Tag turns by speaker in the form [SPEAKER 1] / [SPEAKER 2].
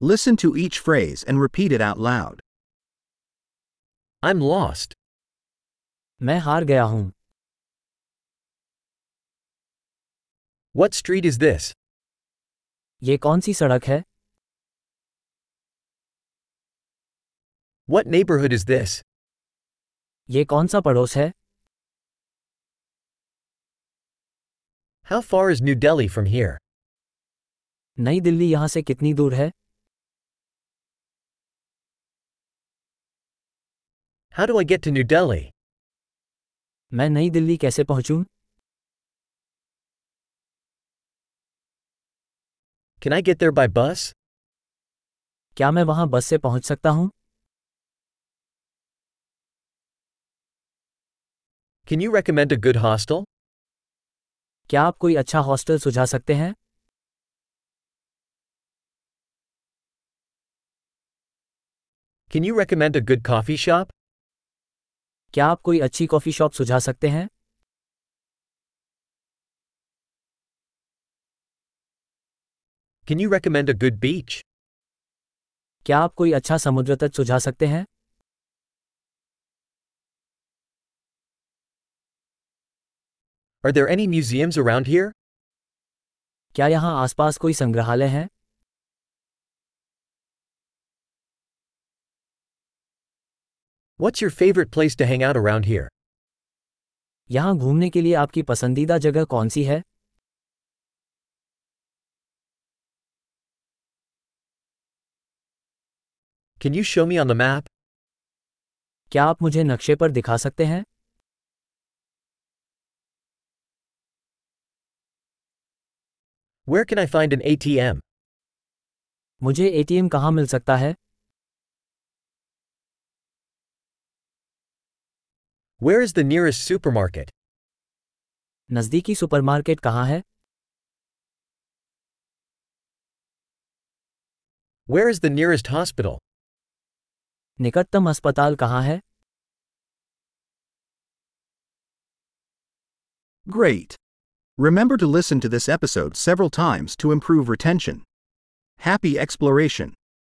[SPEAKER 1] Listen to each phrase and repeat it out loud.
[SPEAKER 2] I'm lost.
[SPEAKER 3] मैं हार गया हूँ
[SPEAKER 2] What street is this?
[SPEAKER 3] ये कौन सी सड़क है
[SPEAKER 2] What neighborhood is this?
[SPEAKER 3] ये कौन सा पड़ोस है
[SPEAKER 2] How far is New Delhi from here?
[SPEAKER 3] नई दिल्ली यहाँ से कितनी दूर है
[SPEAKER 2] How do I get to New Delhi?
[SPEAKER 3] मैं नई दिल्ली कैसे पहुँचूँ
[SPEAKER 2] Can I get there by bus?
[SPEAKER 3] क्या मैं वहाँ बस से पहुँच सकता हूँ
[SPEAKER 2] Can you recommend a good hostel?
[SPEAKER 3] क्या आप कोई अच्छा हॉस्टल सुझा सकते हैं
[SPEAKER 2] Can you recommend a good coffee shop?
[SPEAKER 3] क्या आप कोई अच्छी कॉफ़ी शॉप सुझा सकते हैं
[SPEAKER 2] Can you recommend a good beach?
[SPEAKER 3] क्या आप कोई अच्छा समुद्र तट सुझा सकते हैं
[SPEAKER 2] Are there any museums around here?
[SPEAKER 3] क्या यहाँ आसपास कोई संग्रहालय है
[SPEAKER 2] What's your favorite place to hang out around here?
[SPEAKER 3] यहाँ घूमने के लिए आपकी पसंदीदा जगह कौन सी है
[SPEAKER 2] Can you show me on the map?
[SPEAKER 3] क्या आप मुझे नक्शे पर दिखा सकते हैं
[SPEAKER 2] Where can I find an ATM?
[SPEAKER 3] मुझे एटीएम कहाँ मिल सकता है
[SPEAKER 2] Where is the nearest supermarket?
[SPEAKER 3] नज़दीकी सुपरमार्केट कहाँ है
[SPEAKER 2] Where is the nearest hospital?
[SPEAKER 3] निकटतम अस्पताल कहाँ है
[SPEAKER 1] Great! Remember to listen to this episode several times to improve retention. Happy exploration!